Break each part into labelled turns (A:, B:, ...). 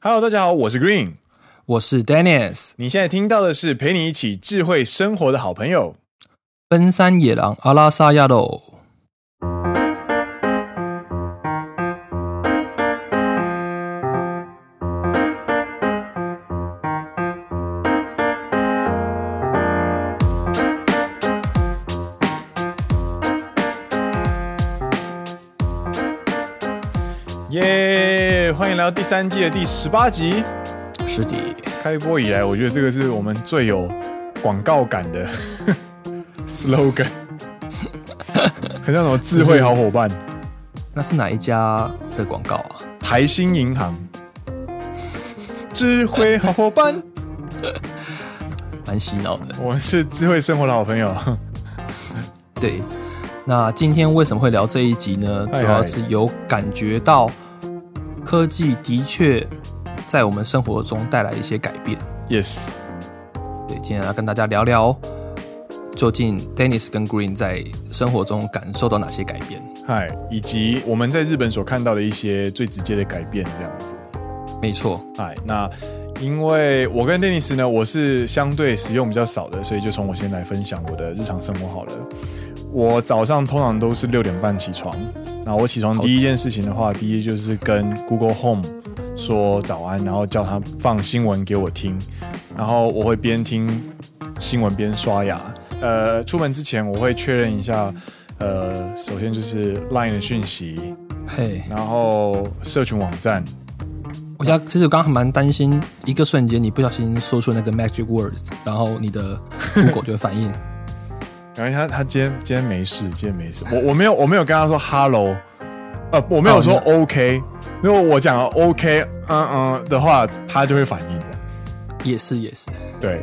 A: Hello，大家好，我是 Green。
B: 我是 Dennis，
A: 你现在听到的是陪你一起智慧生活的好朋友。
B: 奔山野狼阿拉萨亚喽。
A: 耶、欢迎来到第三季的第十八集。
B: 是的，
A: 开播以来，我觉得这个是我们最有广告感的 slogan，很像什么智慧好伙伴、
B: 那是哪一家的广告啊？
A: 台新银行、智慧好伙伴，
B: 蛮洗脑的。
A: 我们是智慧生活的好朋友。
B: 对，那今天为什么会聊这一集呢？
A: 哎
B: 主要是有感觉到科技的确在我们生活中带来一些改变。
A: yes，
B: 对，今天来跟大家聊聊，哦究竟 Dennis 跟 Green 在生活中感受到哪些改变？
A: 嗨，以及我们在日本所看到的一些最直接的改变，这样子。
B: 没错，
A: 哎，那因为我跟 Dennis 呢，我是相对使用比较少的，所以就从我先来分享我的日常生活好了。我早上通常都是六点半起床，那我起床第一件事情的话，第一就是跟 Google Home 说早安，然后叫他放新闻给我听，然后我会边听新闻边刷牙。呃，出门之前我会确认一下，呃，首先就是 Line 的讯息，
B: 嘿，
A: 然后社群网站，
B: 我家其实我刚刚还蛮担心，一个瞬间你不小心说出那个 magic words，然后你的 Google 就会反应。
A: 然后他他今天今天没事，今天没事。我我没有我没有跟他说 hello，呃，我没有说
B: 哦
A: OK。如果我讲了 OK，嗯嗯的话，他就会反应的。
B: 也是也是，
A: 对。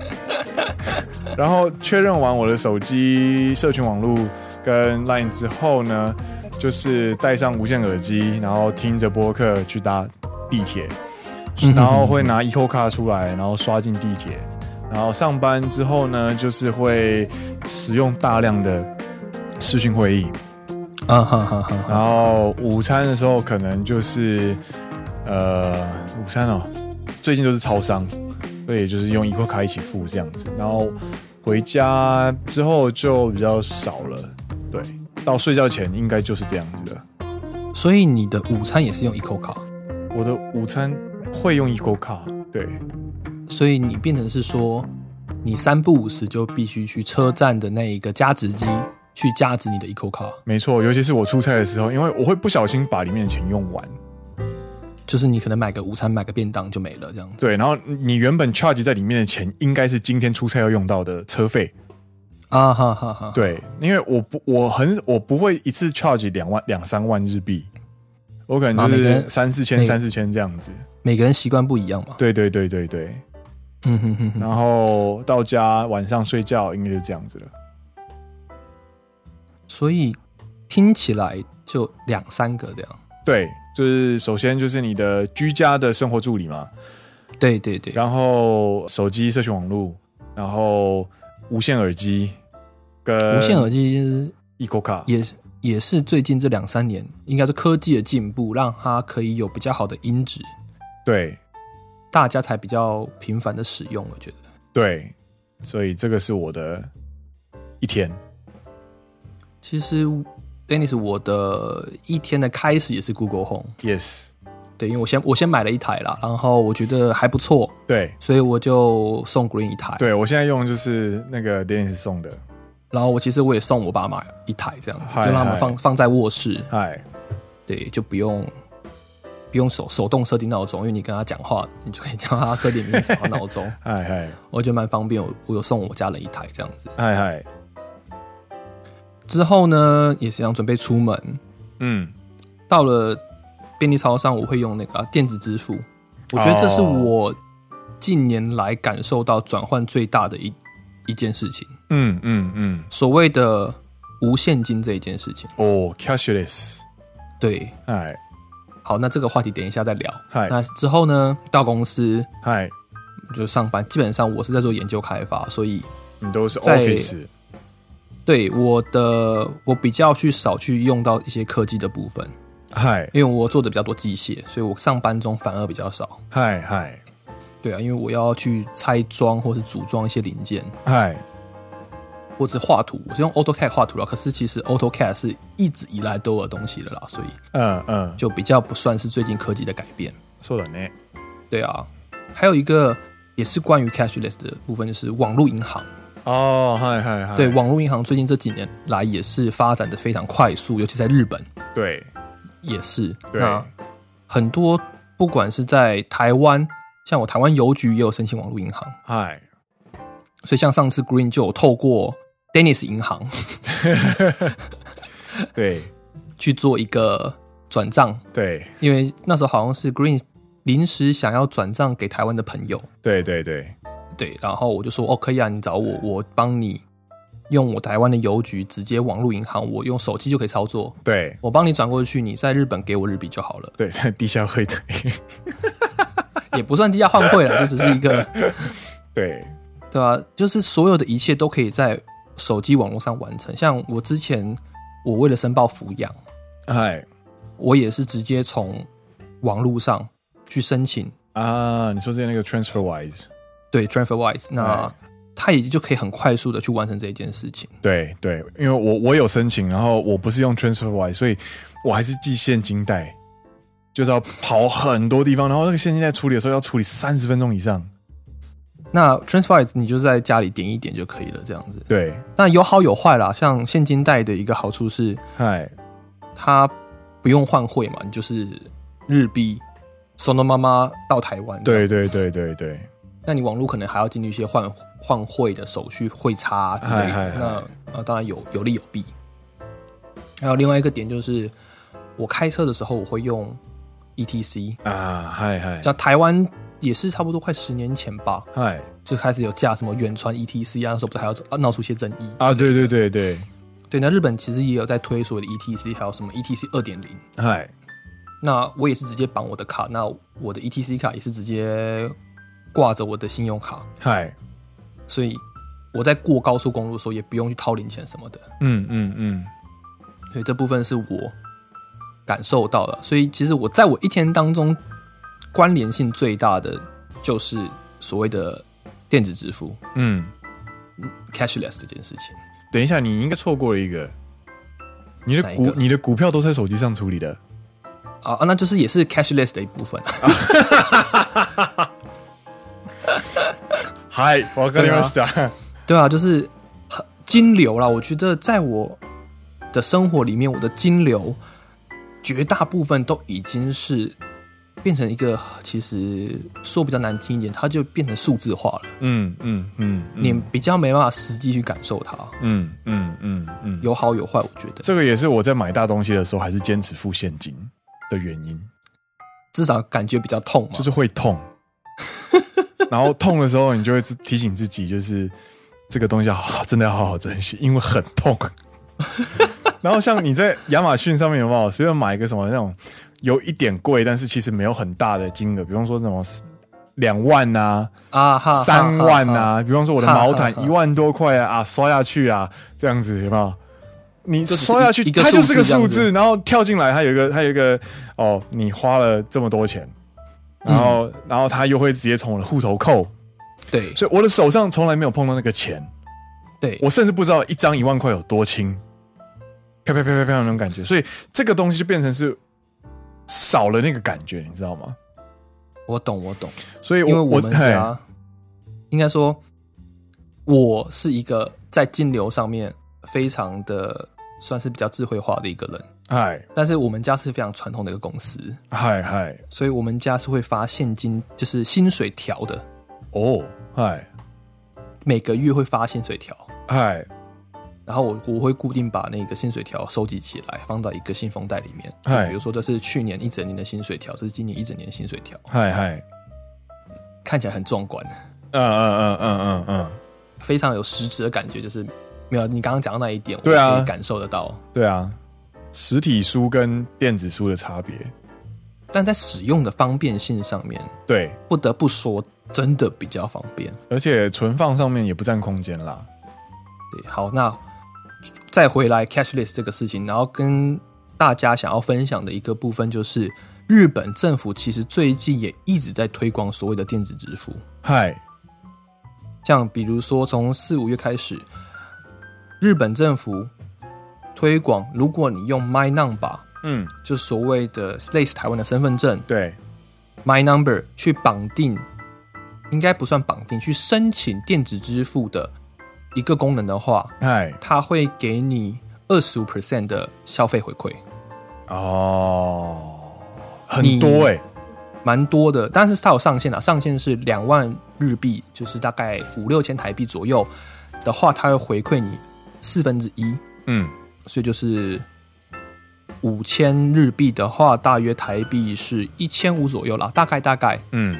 A: 然后确认完我的手机社群网络跟 Line 之后呢，就是戴上无线耳机，然后听着播客去搭地铁，然后会拿 Eco 卡出来，然后刷进地铁。然后上班之后呢，就是会使用大量的视讯会议，
B: 啊哈哈哈，
A: 然后午餐的时候可能就是呃午餐哦，最近都是超商，所以就是用一块卡一起付这样子。然后回家之后就比较少了，对，到睡觉前应该就是这样子的。
B: 所以你的午餐也是用 Eco 卡，
A: 我的午餐会用一勾卡，对，
B: 所以你变成是说，你三不五时就必须去车站的那一个加值机去加值你的 Eco 卡，
A: 没错，尤其是我出差的时候，因为我会不小心把里面的钱用完，
B: 就是你可能买个午餐买个便当就没了这样子
A: 对，然后你原本 charge 在里面的钱应该是今天出差要用到的车费，
B: 啊哈哈哈，
A: 对，因为我不我很我不会一次 charge 两万两三万日币，我可能
B: 啊
A: 就是
B: 每个人
A: 三四
B: 每
A: 千
B: 个
A: 三四千这样子。
B: 每个人习惯不一样嘛，
A: 对对对对对，
B: 嗯哼哼哼，
A: 然后到家晚上睡觉应该就这样子了。
B: 所以听起来就两三个这样，
A: 对，就是首先就是你的居家的生活助理嘛，
B: 对对对，
A: 然后手机社群网络，然后无线耳机跟
B: 无线耳机
A: eco 卡，
B: 也是也是最近这两三年，应该是科技的进步，让它可以有比较好的音质，
A: 对
B: 大家才比较频繁的使用。我觉得，
A: 对，所以这个是我的一天。
B: 其实 Dennis 我的一天的开始也是 Google Home，
A: Yes，
B: 对，因为我先我先买了一台啦，然后我觉得还不错，
A: 对。
B: 所以我就送 Green 一台，
A: 对我现在用的就是那个 Dennis 送的，
B: 然后我其实我也送我爸妈一台，这样子
A: 嗨
B: 就让他们
A: 嗨
B: 放放在卧室，
A: 哎，
B: 对，就不用。不用手手动设定闹钟，因为你跟他讲话，你就可以叫他设定你讲话闹钟。
A: 嗨嗨
B: 我觉得蛮方便，我我有送我家人一台这样子。
A: 嗨嗨，
B: 之后呢，也是想准备出门，
A: 嗯，
B: 到了便利超商，我会用那个啊电子支付。我觉得这是
A: 哦
B: 我近年来感受到转换最大的一一件事情，
A: 嗯嗯嗯，
B: 所谓的无现金这一件事情。
A: 哦，cashless，
B: 对，
A: 嗨
B: 好，那这个话题等一下再聊。
A: 嗨
B: 那之后呢，到公司
A: 嗨，
B: 就上班，基本上我是在做研究开发，所以
A: 你都是
B: 在
A: Office，
B: 对我的我比较去少去用到一些科技的部分。
A: 嗨
B: 因为我做的比较多机械，所以我上班中反而比较少。
A: 嗨嗨
B: 对啊，因为我要去拆装或是组装一些零件，
A: 嗨，
B: 或者画图，我是用 AutoCAD 画图了。可是其实 AutoCAD 是一直以来都有的东西了啦，所以
A: 嗯嗯，
B: 就比较不算是最近科技的改变。
A: そうだね。
B: 对啊，还有一个也是关于 cashless 的部分，就是网络银行。
A: 哦，嗨嗨嗨，
B: 对，网络银行最近这几年来也是发展的非常快速，尤其在日本
A: 对
B: 也是。
A: 对
B: 那很多不管是在台湾，像我台湾邮局也有申请网络银行，
A: 嗨，
B: 所以像上次 Green 就有透过 Dennis 银行
A: 对
B: 去做一个转账，
A: 对
B: 因为那时候好像是 Green 临时想要转账给台湾的朋友，
A: 对对对，
B: 对，然后我就说哦，可以啊，你找我，我帮你用我台湾的邮局直接网络银行，我用手机就可以操作，
A: 对
B: 我帮你转过去，你在日本给我日币就好了，
A: 对，在地下会对
B: 也不算低价换汇了，就只是一个
A: 对，
B: 对吧、就是所有的一切都可以在手机网络上完成。像我之前，我为了申报抚养，
A: 嗨
B: 我也是直接从网络上去申请
A: 啊，你说之前那个 TransferWise，
B: 对 TransferWise，那他也就可以很快速的去完成这一件事情。
A: 对对，因为我我有申请，然后我不是用 TransferWise，所以我还是寄现金袋，就是要跑很多地方，然后那个现金袋处理的时候要处理三十分钟以上。
B: 那 TransferWise 你就在家里点一点就可以了，这样子。
A: 对，
B: 那有好有坏啦，像现金贷的一个好处是
A: 嗨
B: 它不用换汇嘛，你就是日币送到妈妈到台湾。，
A: 对对对对对，
B: 那你网络可能还要经历一些换换汇的手续、汇差啊之类
A: 嗨嗨
B: 的。那呃，当然有有利有弊。还有另外一个点就是，我开车的时候我会用 ETC，
A: 啊，嗨嗨
B: 像台湾也是差不多快十年前吧，
A: 嗨
B: 就开始有架什么远传 ETC 啊，那时候不是还要啊闹出一些争议。
A: 啊，对对对对，
B: 对，那日本其实也有在推所谓的 ETC，还有什么 ETC 二点零。
A: 嗨
B: 那我也是直接绑我的卡，那我的 ETC 卡也是直接挂着我的信用卡，
A: 嗨，
B: 所以我在过高速公路的时候也不用去掏零钱什么的，
A: 嗯嗯嗯，
B: 所以这部分是我感受到了。所以其实我在我一天当中关联性最大的就是所谓的电子支付
A: 嗯，
B: （cashless） 这件事情。
A: 等一下，你应该错过了一个，你
B: 哪
A: 的
B: 一
A: 股
B: 个
A: 你的股票都是在手机上处理的，
B: 啊啊，那就是也是 cashless 的一部分。
A: 嗨，我跟你们讲，
B: 对啊，就是很金流啦。我觉得在我的生活里面，我的金流绝大部分都已经是变成一个，其实说比较难听一点，它就变成数字化了。
A: 嗯嗯嗯，嗯
B: 你比较没办法实际去感受它，
A: 嗯嗯嗯嗯，
B: 有好有坏。我觉得
A: 这个也是我在买大东西的时候还是坚持付现金的原因，
B: 至少感觉比较痛嘛
A: 就。是会痛， 然后痛的时候你就会自提醒自己，就是这个东西要好真的要好好珍惜，因为很痛。 然后像你在亚马逊上面有没有随便买一个什么那种有一点贵，但是其实没有很大的金额，比方说那种两万呐、
B: 啊哈，哈
A: 三万啊
B: 哈哈
A: 呐、比方说我的毛毯一万多块啊，啊刷下去啊，这样子有没有？你
B: 就是
A: 刷下去，
B: 一一个
A: 它就是个
B: 数字这样
A: 数
B: 子
A: 字，然后跳进来，它有一个，它有一个，哦，你花了这么多钱，然
B: 嗯
A: 后，然后它又会直接从我的户头扣，
B: 对
A: 所以我的手上从来没有碰到那个钱，
B: 对，
A: 我甚至不知道一张一万块有多轻，啪啪啪啪啪那种感觉，所以这个东西就变成是少了那个感觉，你知道吗？
B: 我懂我懂，
A: 所以我，
B: 因为我们
A: 嘿
B: 家应该说，我是一个在金流上面非常的算是比较智慧化的一个人，
A: 嗨
B: 但是我们家是非常传统的一个公司，
A: 嗨嗨，
B: 所以我们家是会发现金，就是薪水条的，
A: 哦，嗨
B: 每个月会发薪水条。
A: 嗨
B: 然后我我会固定把那个薪水条收集起来，放到一个信封袋里面。
A: 嗨
B: 就比如说，这是去年一整年的薪水条，这是今年一整年的薪水条，
A: 嗨嗨。
B: 看起来很壮观，
A: 嗯嗯嗯嗯嗯嗯，
B: 非常有实质的感觉。就是没有你刚刚讲到那一点，
A: 对啊
B: 我可以感受得到。
A: 对啊，实体书跟电子书的差别，
B: 但在使用的方便性上面，
A: 对，
B: 不得不说，真的比较方便。
A: 而且存放上面也不占空间啦。
B: 对，好，那再回来 cashless 这个事情，然后跟大家想要分享的一个部分，就是日本政府其实最近也一直在推广所谓的电子支付，
A: 嗨，
B: 像比如说从四五月开始，日本政府推广，如果你用 My Number，
A: 嗯，
B: 就是所谓的类似台湾的身份证
A: 对，
B: My Number 去绑定，应该不算绑定，去申请电子支付的一个功能的话，
A: 嗨，
B: 它会给你二十五 percent 的消费回馈。
A: 哦，很
B: 你
A: 多哎、欸，
B: 蛮多的，但是它有上限的，上限是两万日币，就是大概五六千台币左右的话，它会回馈你四分之一，
A: 嗯，
B: 所以就是五千日币的话，大约台币是一千五左右啦，大概大概
A: 嗯，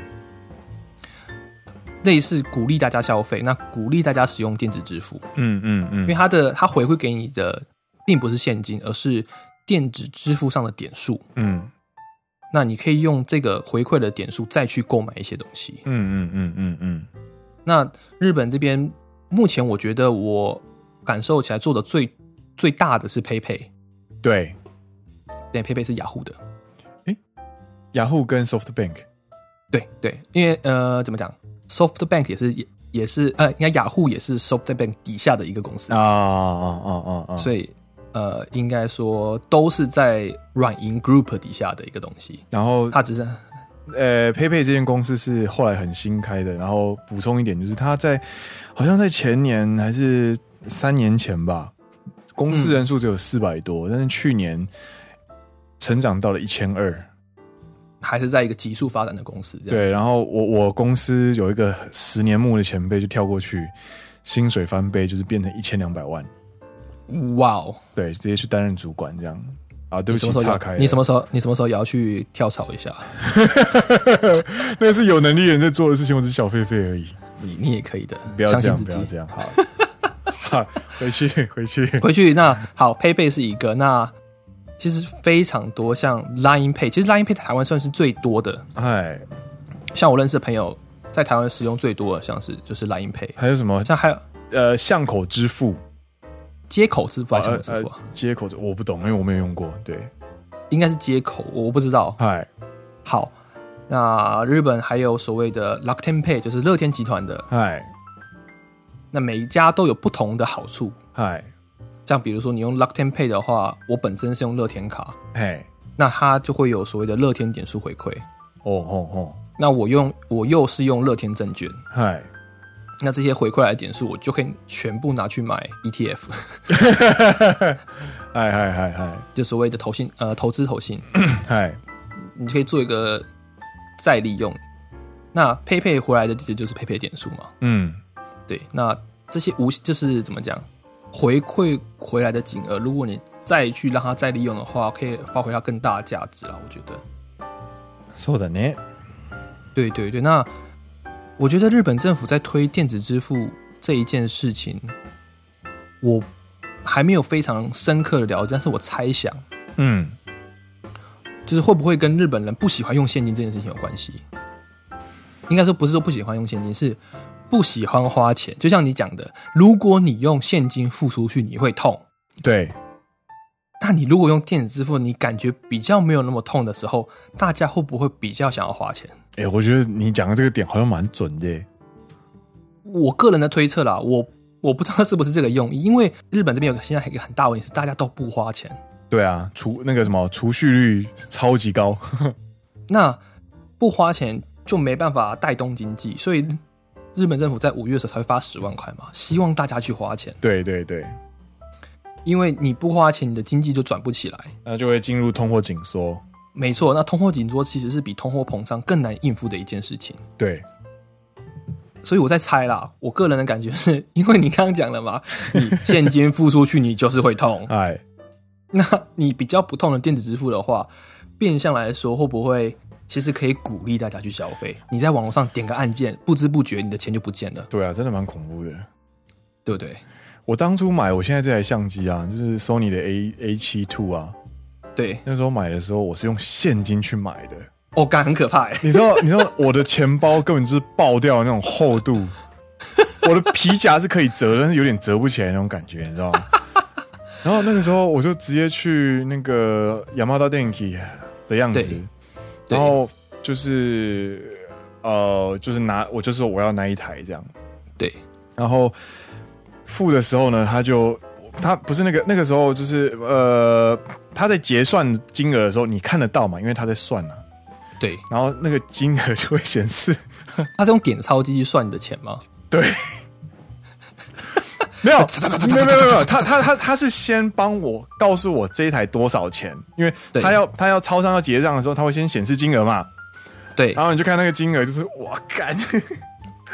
B: 类似鼓励大家消费，那鼓励大家使用电子支付，
A: 嗯嗯
B: 因为
A: 嗯，
B: 它的它回馈给你的并不是现金，而是电子支付上的点数，
A: 嗯，
B: 那你可以用这个回馈的点数再去购买一些东西，
A: 嗯嗯嗯嗯嗯，
B: 那日本这边目前我觉得我感受起来做的最最大的是 PayPay，
A: 对，
B: 对，PayPay 是雅虎的，
A: 雅虎跟 SoftBank，
B: 对对，因为呃怎么讲，SoftBank 也是也也是呃，应该雅虎也是 SoftBank 底下的一个公司，
A: 啊
B: 哦
A: 啊啊啊啊，
B: 所以呃应该说都是在软银 Group 底下的一个东西，
A: 然后
B: 它只是
A: 呃，佩佩这间公司是后来很新开的，然后补充一点，就是他在好像在前年还是三年前吧，公
B: 嗯
A: 司人数只有四百多，但是去年成长到了一千二。
B: 还是在一个急速发展的公司这样。
A: 对，然后我我公司有一个十年目的前辈就跳过去，薪水翻倍，就是变成一千两百万，
B: 哇哦，
A: 对，直接去担任主管这样。啊，对不
B: 你什
A: 起
B: 么，时候
A: 岔
B: 要
A: 开了。
B: 你什么时候你什么时候也要去跳槽一下？
A: 那是有能力人在做的事情，我只是小狒狒而已。
B: 你你也可以的，
A: 不要
B: 相
A: 这
B: 信
A: 样，
B: 自
A: 不
B: 己。
A: 要这样，好， 好，回去，回去。
B: 回去那好，PayPay 是一个，那其实非常多，像 Line Pay，其实 Line Pay 台湾算是最多的，
A: 哎，
B: 像我认识的朋友在台湾使用最多的，像是就是 Line Pay，
A: 还有什么？
B: 像还有
A: 呃，巷口支付，
B: 接口支付还是什么
A: 呃
B: 支付啊？
A: 呃接口支我不懂，因为我没有用过。对，
B: 应该是接口，我不知道。
A: 嗨
B: 好，那日本还有所谓的 Rakuten Pay，就是乐天集团的，
A: 嗨
B: 那每一家都有不同的好处。
A: 嗨，
B: 像比如说你用 Rakuten Pay 的话，我本身是用乐天卡，
A: 嘿，
B: 那它就会有所谓的乐天点数回馈。
A: 哦哦哦，
B: 那我用我又是用乐天证券，
A: 嗨，
B: 那这些回馈来的点数，我就可以全部拿去买 E ETF，
A: 嗨嗨嗨嗨
B: 就所谓的投信呃投资投信，
A: 嗨，
B: 你可以做一个再利用。那配配回来的其实就是配配点数嘛，
A: 嗯，
B: 对。那这些无就是怎么讲，回馈回来的金额，如果你再去让它再利用的话，可以发挥它更大的价值啊啦。我觉得，
A: そうだね。
B: 对对对。那我觉得日本政府在推电子支付这一件事情，我还没有非常深刻的了解，但是我猜想。
A: 嗯，
B: 就是会不会跟日本人不喜欢用现金这件事情有关系？应该说不是说不喜欢用现金，是不喜欢花钱。就像你讲的，如果你用现金付出去，你会痛；
A: 对，
B: 那你如果用电子支付，你感觉比较没有那么痛的时候，大家会不会比较想要花钱？
A: 哎，我觉得你讲的这个点好像蛮准的耶。
B: 我个人的推测啦，我我不知道是不是这个用意，因为日本这边有个现在一个很大问题是大家都不花钱。
A: 对啊，除那个什么储蓄率超级高。
B: 那不花钱就没办法带动经济，所以日本政府在五月的时候才会发十万块嘛，希望大家去花钱，
A: 对对对，
B: 因为你不花钱，你的经济就转不起来。
A: 那就会进入通货紧缩。
B: 没错，那通货紧缩其实是比通货膨胀更难应付的一件事情，
A: 对，。
B: 所以我在猜啦，我个人的感觉是因为你刚刚讲了嘛，你现金付出去，你就是会痛
A: 哎，
B: 那你比较不痛的电子支付的话，变相来说会不会其实可以鼓励大家去消费？你在网络上点个按键，不知不觉你的钱就不见了，
A: 对啊，真的蛮恐怖的。
B: 对不对？
A: 我当初买我现在这台相机啊，就是 Sony 的 A A 七 Two 啊，
B: 对，
A: 那时候买的时候我是用现金去买的，
B: 哦，感很可怕哎。
A: 你知道，你 知道我的钱包根本就是爆掉的那种厚度， 我的皮夹是可以折，但是有点折不起来那种感觉，你知道吗？然后那个时候我就直接去那个雅马达电器的样子，
B: 对
A: 然后就是呃，就是拿我就说我要那一台这样，
B: 对，
A: 然后付的时候呢，他就他不是那个那个时候就是呃，他在结算金额的时候你看得到嘛，因为他在算啊，
B: 对，
A: 然后那个金额就会显 示
B: 他是用点钞机去算你的钱吗？
A: 没有，没有，没有，没有， 他他他他是先帮我告诉我这一台多少钱，因为
B: 对
A: 他要他要超商要结账的时候，他会先显示金额嘛，
B: 对，
A: 然后你就看那个金额，就是哇，干，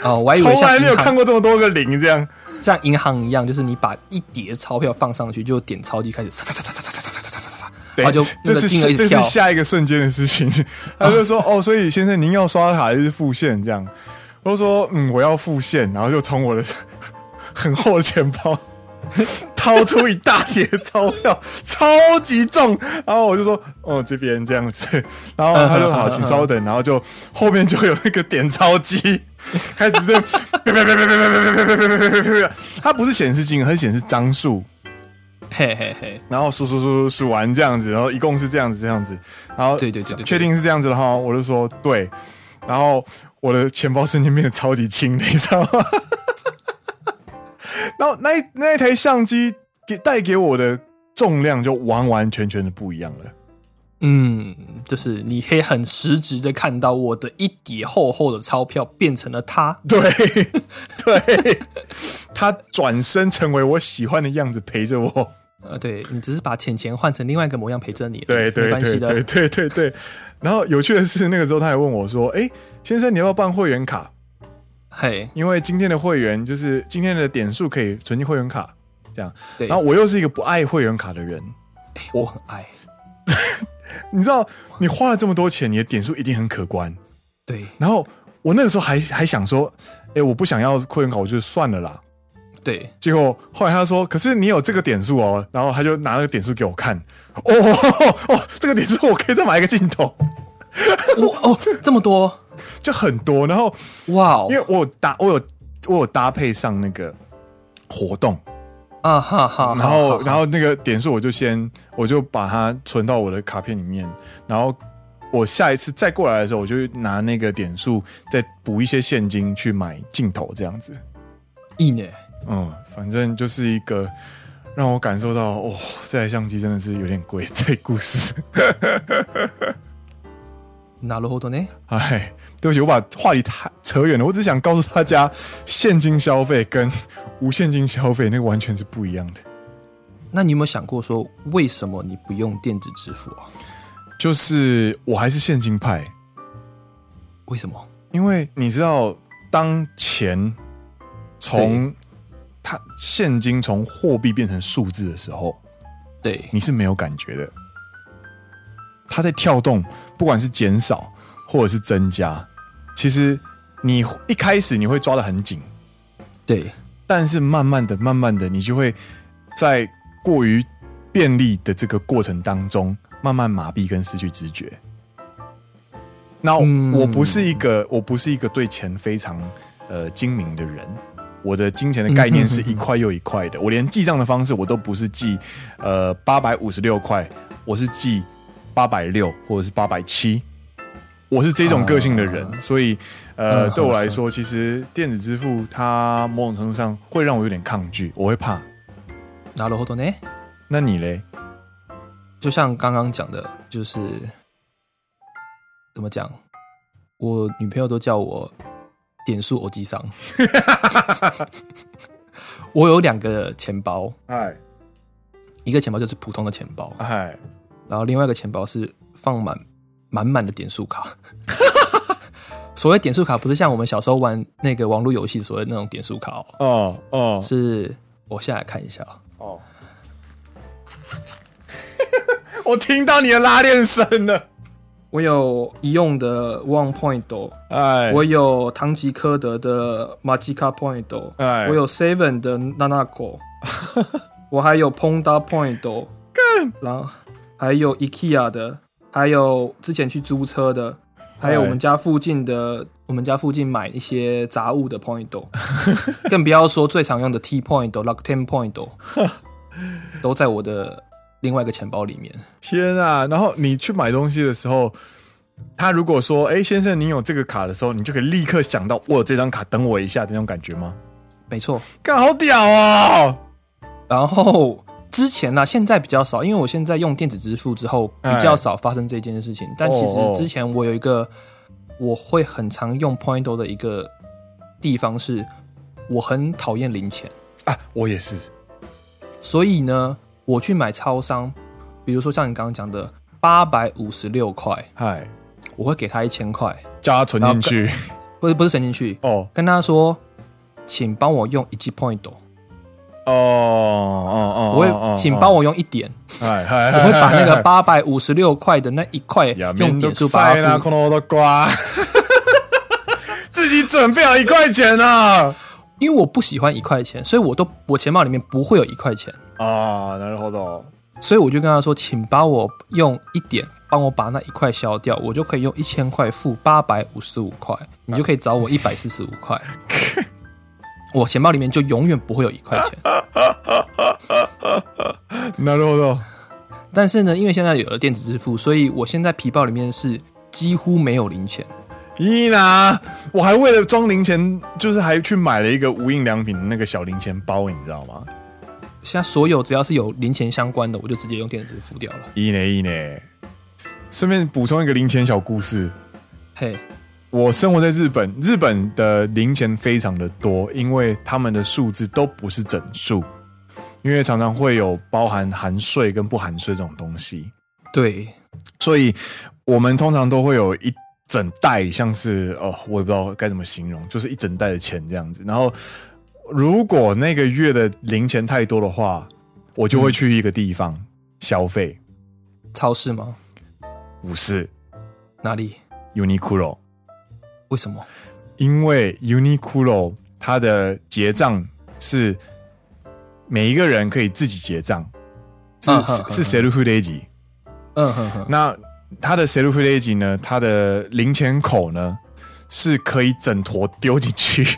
B: 哦，我还以为
A: 从
B: 像
A: 来没有
B: 银
A: 看
B: 行
A: 过这么多个零这样，
B: 像银行一样，就是你把一叠钞票放上去，就点钞机开始嚓嚓嚓嚓嚓嚓嚓嚓嚓嚓嚓，然
A: 对
B: 后就那
A: 这
B: 个
A: 是
B: 金额一
A: 这
B: 直
A: 是
B: 跳。
A: 下一个瞬间的事情， 他就说哦，所以先生您要刷卡还是付现这样，我就说嗯我要付现，然后就从我的很厚的钱包 掏出一大叠钞票， 超级重，然后我就说哦这边这样子，然后他就
B: 嗯
A: 好，
B: 嗯
A: 请稍 等，然后就后面就有那个点钞机开始 这，别别别别别别别别别别别别，它不是显示金额，它是显示张数。
B: 嘿嘿嘿，
A: 然后数数数数数完这样子，然后一共是这样子这样子，然后
B: 对对对对对
A: 确定是这样子的话，我就说对，然后我的钱包瞬间变得超级轻，你知道吗？ 然后那一那一台相机给带给我的重量就完完全全的不一样了。
B: 嗯，就是你可以很实质的看到我的一叠厚厚的钞票变成了它。
A: 对对，他转身成为我喜欢的样子陪着我。
B: 呃，对你只是把钱钱换成另外一个模样陪着你，
A: 对
B: 没
A: 对
B: 关
A: 对
B: 系
A: 对
B: 的。
A: 对对对。然后有趣的是，那个时候他还问我说：“哎，先生，你要不要办会员卡？”
B: 嘿，
A: 因为今天的会员就是今天的点数可以存进会员卡，这样。
B: 对，
A: 然后我又是一个不爱会员卡的人，
B: 我很爱，
A: 你知道，你花了这么多钱，你的点数一定很可观。
B: 对
A: 然后我那个时候还还想说，哎，我不想要会员卡，我就算了啦。
B: 对，
A: 结果后来他说：“可是你有这个点数哦。”然后他就拿那个点数给我看，哦哦哦哦，这个点数我可以再买一个镜头，
B: 我哦这么多，
A: 就很多。然后
B: 哇哦
A: 因为我有搭，我有我有搭配上那个活动，
B: 啊哈哈，
A: 然后，然
B: 后
A: 后那个点数我就先，我就把它存到我的卡片里面，然后我下一次再过来的时候，我就拿那个点数再补一些现金去买镜头，这样子。
B: 一呢，
A: 嗯，反正就是一个让我感受到，哦，这台相机真的是有点贵，这故事。
B: なるほどね。
A: 哎，对不起，我把话题太扯远了，我只想告诉大家，现金消费跟无现金消费那个完全是不一样的。
B: 那你有没有想过说，为什么你不用电子支付啊？
A: 就是我还是现金派。
B: 为什么？
A: 因为你知道，当钱从它现金从货币变成数字的时候，
B: 对，
A: 你是没有感觉的。它在跳动，不管是减少或者是增加，其实你一开始你会抓得很紧，
B: 对，
A: 但是慢慢的、慢慢的，你就会在过于便利的这个过程当中，慢慢麻痹跟失去知觉。那我,、
B: 嗯
A: 不是一个，我不是一个对钱非常呃精明的人。我的金钱的概念是一块又一块的，我连记账的方式我都不是记，呃，八百五十六块，我是记八百六或者是八百七，我是这种个性的人，所以呃，
B: 啊嗯
A: 对我来说，其实电子支付它某种程度上会让我有点抗拒，我会怕。
B: なるほどね。
A: 那你嘞？
B: 就像刚刚讲的，就是怎么讲，我女朋友都叫我点数偶 机上。我有两个钱包，
A: 哎
B: 一个钱包就是普通的钱包，
A: 哎，
B: 然后另外一个钱包是放满满满的点数卡。 所谓点数卡，不是像我们小时候玩那个网络游戏所谓那种点数卡哦，
A: 哦哦
B: 是我下来看一下哦，
A: 哦， 我听到你的拉链声了。
B: 我有一用的 One Point 哦，
A: 哎，
B: 我有唐吉诃德的 Magica Point，哦
A: 哎
B: 我有 Seven 的 Nanako，我还有 Ponda Point，哦然后还有 IKEA 的，还有之前去租车的，还有我们家附近的，我们家附近买一些杂物的 Point，哦更不要说最常用的 T Point、Lock Ten Point，哦都在我的另外一个钱包里面。
A: 天啊！然后你去买东西的时候，他如果说：“哎、先生，你有这个卡的时候，你就可以立刻想到我有这张卡，等我一下的那种感觉吗？
B: 没错，
A: 干好屌哦！
B: 然后之前呢、现在比较少，因为我现在用电子支付之后比
A: 哎
B: 较少发生这件事情。但其
A: 哦
B: 实
A: 哦
B: 之前我有一个我会很常用 Pointo 的一个地方是，我很讨厌零钱，
A: 啊，我也是。
B: 所以呢，我去买超商，比如说像你刚刚讲的八百五十六块，
A: 嗨，
B: 我会给他一千块，
A: 叫他存进 去
B: 不是不是存进去，
A: 哦
B: 跟他说，请帮我用一 G Pointo，
A: 哦哦哦，
B: 我会请帮
A: 我，
B: 我用一点。
A: 嗨嗨，
B: 我会把那 个八百五十六块的那一块
A: 呀，
B: 用
A: 面都
B: 点数把
A: 塞啦，
B: 它付，
A: 空头都刮， 自己准备好一块钱啊！
B: 因为我不喜欢一块钱，所以我都我钱包里面不会有一块钱，
A: 啊，なるほど。
B: 所以我就跟他说，请帮我用一点，帮我把那一块消掉，我就可以用一千块付八百五十五块，你就可以找我一百四十五 块。我钱包里面就永远不会有一块钱，
A: なるほど。
B: 但是呢，因为现在有了电子支付，所以我现在皮包里面是几乎没有零钱。
A: 伊娜，我还为了装零钱，就是还去买了一个无印良品的那个小零钱包，你知道吗？
B: 现在所有只要是有零钱相关的，我就直接用电子支付掉了。
A: 伊呢伊呢。顺便补充一个零钱小故事。
B: 嘿，
A: 我生活在日本，日本的零钱非常的多，因为他们的数字都不是整数，因为常常会有包含含税跟不含税这种东西，
B: 对，
A: 所以我们通常都会有一整袋，像是哦，我也不知道该怎么形容，就是一整袋的钱这样子。然后如果那个月的零钱太多的话，我就会去一个地方消费，
B: 超市吗？
A: 不是
B: 哪里？
A: Uniqlo。
B: 为什么？
A: 因为 Uniqlo 它的结账是每一个人可以自己结账，是、
B: 嗯哼
A: 是是 s e l f d a y
B: 嗯哼哼，
A: 那它的 s e l f d a y 呢，它的零钱口呢是可以整坨丢进去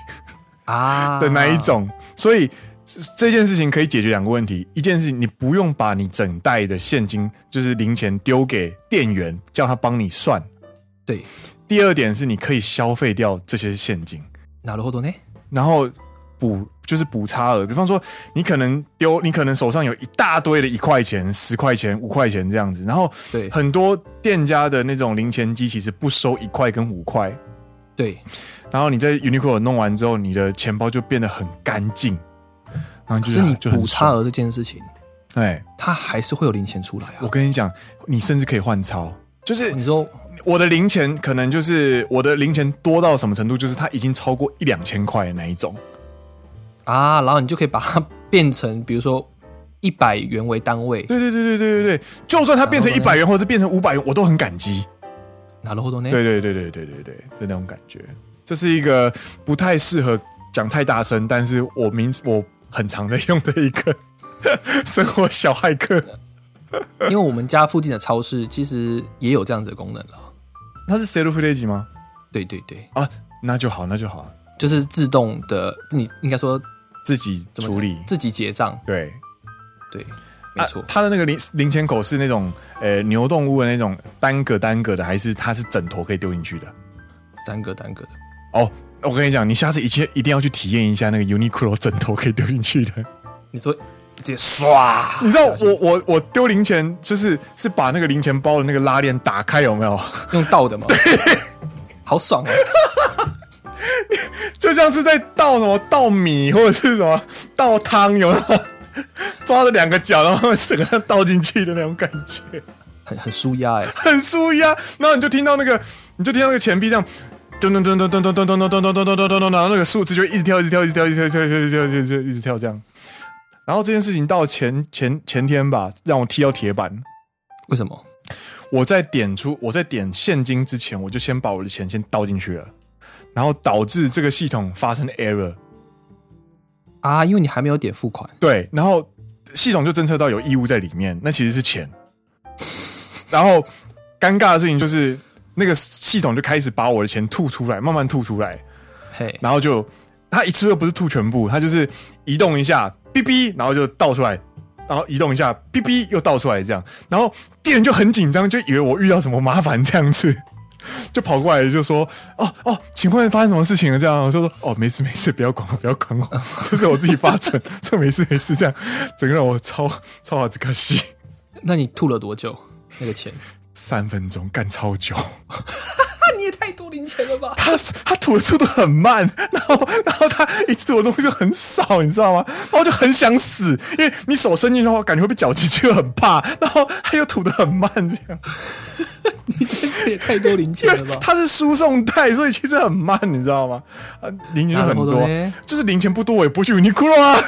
B: 啊
A: 的那一，种，所以。这这件事情可以解决两个问题，一件事情你不用把你整袋的现金，就是零钱丢给店员，叫他帮你算；
B: 对，
A: 第二点是你可以消费掉这些现金。
B: なるほどね。
A: 然后补就是补差额。比方说，你可能丢，你可能手上有一大堆的一块钱、十块钱、五块钱这样子，然后
B: 对
A: 很多店家的那种零钱机其实不收一块跟五块，
B: 对，
A: 然后你在 Uniqlo 弄完之后，你的钱包就变得很干净，然后就
B: 可是你
A: 啊就很
B: 补差
A: 爽。
B: 额这件事情，
A: 哎，
B: 它还是会有零钱出来
A: 我
B: 啊。
A: 跟你讲，你甚至可以换钞。就是
B: 你说
A: 我的零钱，可能就是我的零钱多到什么程度，就是它已经超过一两千块的那一种。
B: 啊，然后你就可以把它变成，比如说一百元为单位，
A: 对对对对对对对，就算它变成一
B: 然后呢
A: 百元或者是变成五百元，我都很感激。
B: なるほどね。
A: 对对对对对对对，就那种感觉。这是一个不太适合讲太大声，但是我明我很常在用的一个生活小骇客。
B: 因为我们家附近的超市其实也有这样子的功能了。
A: 它是 Self l a g 吗？
B: 对对对，
A: 啊，那就好，那就好，
B: 就是自动的，你应该说
A: 自己
B: 怎么
A: 处
B: 讲
A: 理。
B: 自己结账，
A: 对，
B: 对，没错
A: 啊。它的那个零零钱口是那种呃牛动物的那种单个单个的，还是它是整坨可以丢进去的？
B: 单个单个的，
A: 哦，我跟你讲，你下次一定一定要去体验一下那个 Uniqlo 整坨可以丢进去的。
B: 你说直接刷，
A: 你知道我我我丢零钱就是是把那个零钱包的那个拉链打开有没有？
B: 用 倒的吗？好爽啊！
A: 就像是在倒什么倒米或者是什么倒汤有没有？抓着两个脚，然后整个倒进去的那种感觉，
B: 很很舒压哎，
A: 很舒压。然后你就听到那个，你就听到那个钱币这样噔噔噔噔噔噔噔噔噔噔噔噔噔噔噔，然后那个数字就一直跳，一直跳，一直跳，一直跳，一直跳，一直跳，一直跳这样。然后这件事情到前前前天吧，让我踢到铁板。
B: 为什么？
A: 我在点出我在点现金之前，我就先把我的钱先倒进去了，然后导致这个系统发生 error，
B: 啊，因为你还没有点付款，
A: 对，然后系统就侦测到有异物在里面，那其实是钱。然后尴尬的事情就是，那个系统就开始把我的钱吐出来，慢慢吐出来，
B: 嘿，
A: 然后就它一次又不是吐全部，它就是移动一下，哔哔，然后就倒出来，然然后移动一下，哔哔又倒出来这样，然后店员就很紧张，就以为我遇到什么麻烦这样子。 就跑过来就说：“哦哦，请问发生什么事情了？”这样我就说：“哦，没事没事，不要管我，不要管我， 这是我自己发蠢，这没事没事。”这样整个让我超超好，这个戏
B: 那你吐了多久？那个 钱？
A: 三分钟干超久。
B: 啊你也太多零钱了吧？
A: 他他吐的速度很慢， 然后然后他一直吐的东西就很少，你知道吗？然后就很想死，因为你手伸进去的话，感觉会被绞进去，很怕。然后他又吐的很慢，这样，
B: 你这个 也太多零
A: 因
B: 钱了
A: 为
B: 吧？
A: 他是输送带，所以其实很慢，你知道吗？啊，零钱就很
B: なるほ
A: 多
B: どね，
A: 就是零钱不多，我也不去 Uniqlo 啊。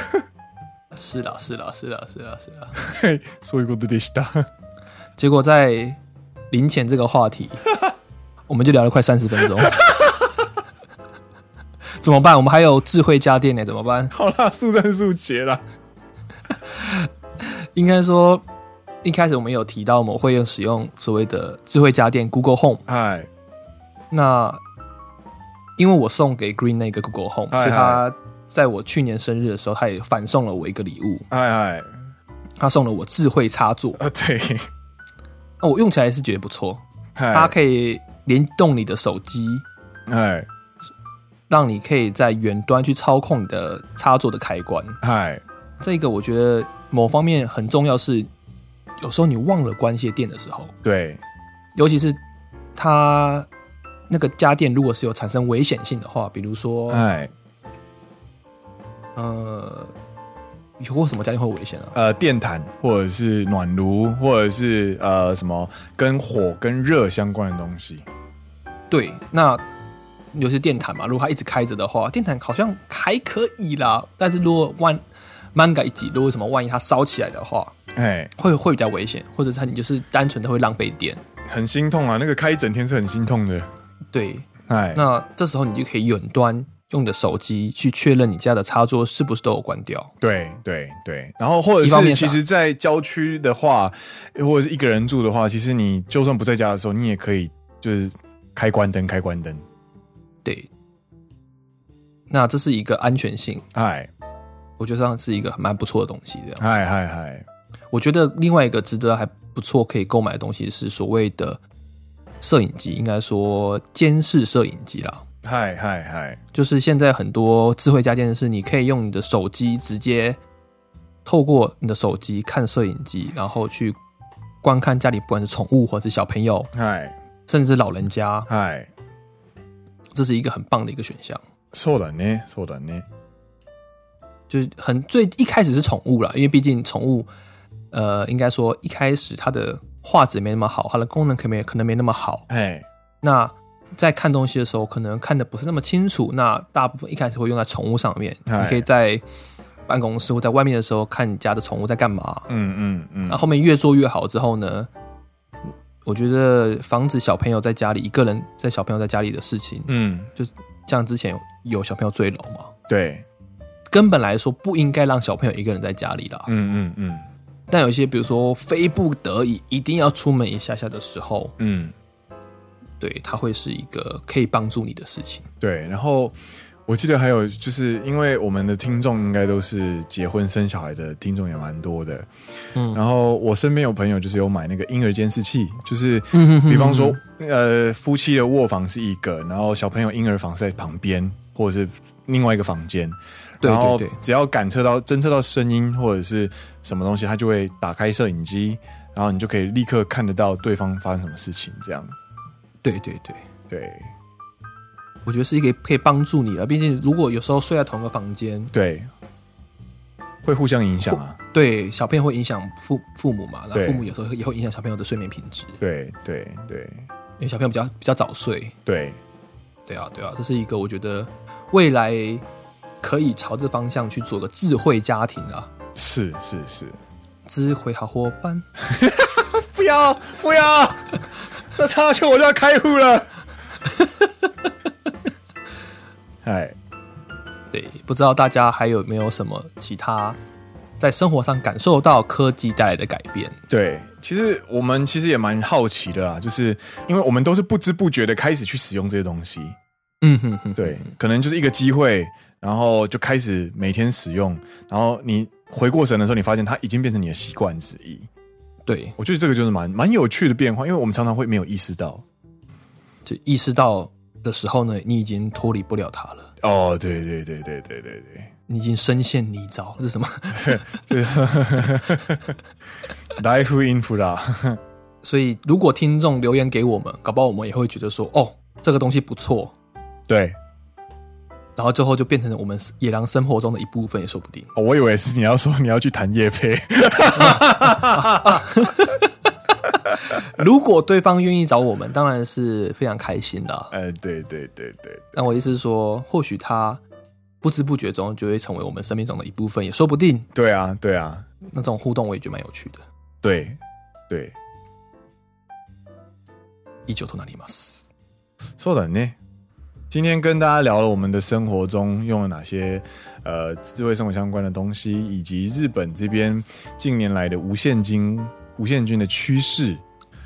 B: 是啦，是啦，是啦，是啦，是啦。
A: 嘿そういうことでした。
B: 结果在零钱这个话 题，我们就聊了快三十分 钟。怎么办？我们还有智慧家电呢，怎么办？
A: 好啦，速战速决啦。
B: 应该说，一开始我们有提到我们会用使用所谓的智慧家电 Google Home。
A: 嗨，
B: 那因为我送给 Green 那个 Google Home，
A: 嗨
B: 所以他在我去年生日的时候，他也反送了我一个礼物，
A: 嗨嗨，
B: 他送了我智慧插座。
A: 啊对，
B: 那我用起来是觉得不错，它
A: 嗨
B: 可以联动你的手机，
A: 嗨
B: 让你可以在远端去操控你的插座的开关。
A: 嗨，
B: 这个我觉得某方面很重要是，有时候你忘了关一些电的时候，
A: 对，
B: 尤其是它那个家电如果是有产生危险性的话，比如说
A: 嗨，
B: 呃，有过什么家电会有危险啊？
A: 呃，电毯或者是暖炉，或者是呃什么跟火跟热相关的东西，
B: 对，那有些电毯嘛，如果它一直开着的话，电毯好像还可以啦。但是如果万 manga 一集，如果什么万一它烧起来的话，
A: 哎，
B: 会会比较危险，或者它你就是单纯的会浪费电。
A: 很心痛啊，那个开一整天是很心痛的，
B: 对，
A: 哎，
B: 那这时候你就可以远端用你的手机去确认你家的插座是不是都有关掉。
A: 对对对，然后或者
B: 一方
A: 是
B: 面
A: 其
B: 吧
A: 实，在郊区的话，或者是一个人住的话，其实你就算不在家的时候，你也可以就是开关灯，开关灯，
B: 对，那这是一个安全性，
A: 哎
B: 我觉得上是一个蛮不错的东西。这样，
A: 嗨嗨嗨，
B: 我觉得另外一个值得还不错可以购买的东西是所谓的摄影机，应该说监视摄影机啦。
A: 嗨嗨嗨，
B: 就是现在很多智慧家电是你可以用你的手机直接透过你的手机看摄影机，然后去观看家里不管是宠物或者是小朋友，
A: 嗨
B: 甚至老人家，
A: 嗨，
B: 这是一个很棒的一个选项。
A: そうだね，そうだね，
B: 就是很最一开始是宠物啦，因为毕竟宠物，呃，应该说一开始它的画质没那么好，它的功能可没可能没那么好。
A: 哎
B: 那在看东西的时候，可能看的不是那么清楚。那大部分一开始会用在宠物上面，
A: 哎
B: 你可以在办公室或在外面的时候看你家的宠物在干嘛。
A: 嗯嗯嗯，
B: 那后面越做越好之后呢，我觉得防止小朋友在家里一个人在小朋友在家里的事情，
A: 嗯，
B: 像之前有有小朋友坠楼嘛，
A: 对，
B: 根本来说不应该让小朋友一个人在家里啦。
A: 嗯嗯嗯
B: 但有一些比如说非不得已一定要出门一下下的时候，
A: 嗯，
B: 对，它会是一个可以帮助你的事情。
A: 对。然后我记得还有就是，因为我们的听众应该都是结婚生小孩的听众也蛮多的，
B: 嗯
A: 然后我身边有朋友就是有买那个婴儿监视器，就是
B: 嗯
A: 比方说，呃，夫妻的卧房是一个，然后小朋友婴儿房是在旁边，或者是另外一个房间。
B: 对
A: 然后
B: 对对
A: 只要感测到、侦测到声音或者是什么东西，它就会打开摄影机，然后你就可以立刻看得到对方发生什么事情。这样，
B: 对对对，
A: 对
B: 我觉得是一个可以帮助你的。毕竟如果有时候睡在同一个房间，
A: 对，会互相影响啊。
B: 对小朋友会影响父父母嘛，那
A: 对
B: 父母有时候也会影响小朋友的睡眠品质，
A: 对对对
B: 因为小朋友比较比较早睡。
A: 对，
B: 对啊，对啊，这是一个我觉得未来可以朝这方向去做个智慧家庭啊，
A: 是是是，
B: 智慧好伙伴。
A: 不要不要，这插曲我就要开户了。哎。
B: 对，不知道大家还有没有什么其他在生活上感受到科技带来的改变？
A: 对，其实我们其实也蛮好奇的啦，就是因为我们都是不知不觉的开始去使用这些东西，
B: 嗯哼哼，
A: 对，可能就是一个机会，然后就开始每天使用，然后你回过神的时候，你发现它已经变成你的习惯之一。
B: 对，
A: 我觉得这个就是蛮蛮有趣的变化，因为我们常常会没有意识到。
B: 就意识到的时候呢，你已经脱离不了它了，
A: 哦，对对对对对对对，
B: 你已经深陷泥沼。这是什么？
A: 这 life infra，
B: 所以如果听众留言给我们，搞不好我们也会觉得说，哦，这个东西不错，
A: 对、
B: 然后最后就变成我们野狼生活中的一部分也说不定。
A: 哦我以为是你要说你要去谈叶配，
B: 如果对方愿意找我们，当然是非常开心啦。
A: 呃，对对对对，
B: 但我意思是说，或许他不知不觉中就会成为我们生命中的一部分，也说不定。
A: 对啊对啊
B: 那种互动我也觉得蛮有趣的。
A: 对对，
B: 一九となります。
A: そうだね。今天跟大家聊了我们的生活中用了哪些呃智慧生活相关的东西，以及日本这边近年来的无现金、无现金的趋势，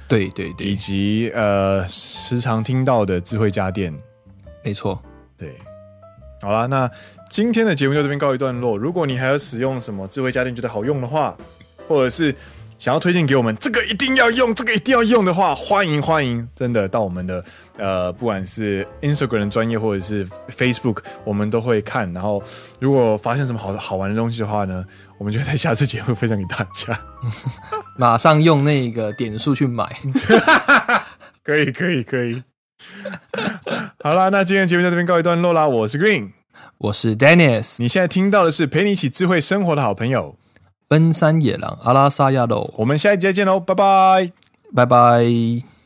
B: 对对
A: 以
B: 对，
A: 及呃时常听到的智慧家电。
B: 没错。
A: 对，好啦，那今天的节目就这边告一段落。如果你还有使用什么智慧家电觉得好用的话，或者是想要推荐给我们这个一定要用、这个一定要用的话，欢迎欢迎，真的到我们的呃，不管是 Instagram 的专业或者是 Facebook，我们都会看。然后如果发现什么好好玩的东西的话呢，我们就会在下次节目分享给大家。
B: 马上用那个点数去买。
A: 可以，可以，可以。 好啦，那今天的节目就在这边告一段落啦。我是 Green，
B: 我是 Dennis，
A: 你现在听到的是陪你一起智慧生活的好朋友。
B: 奔山野狼阿拉萨亚喽，
A: 我们下一集再见喽，拜拜。
B: 拜拜。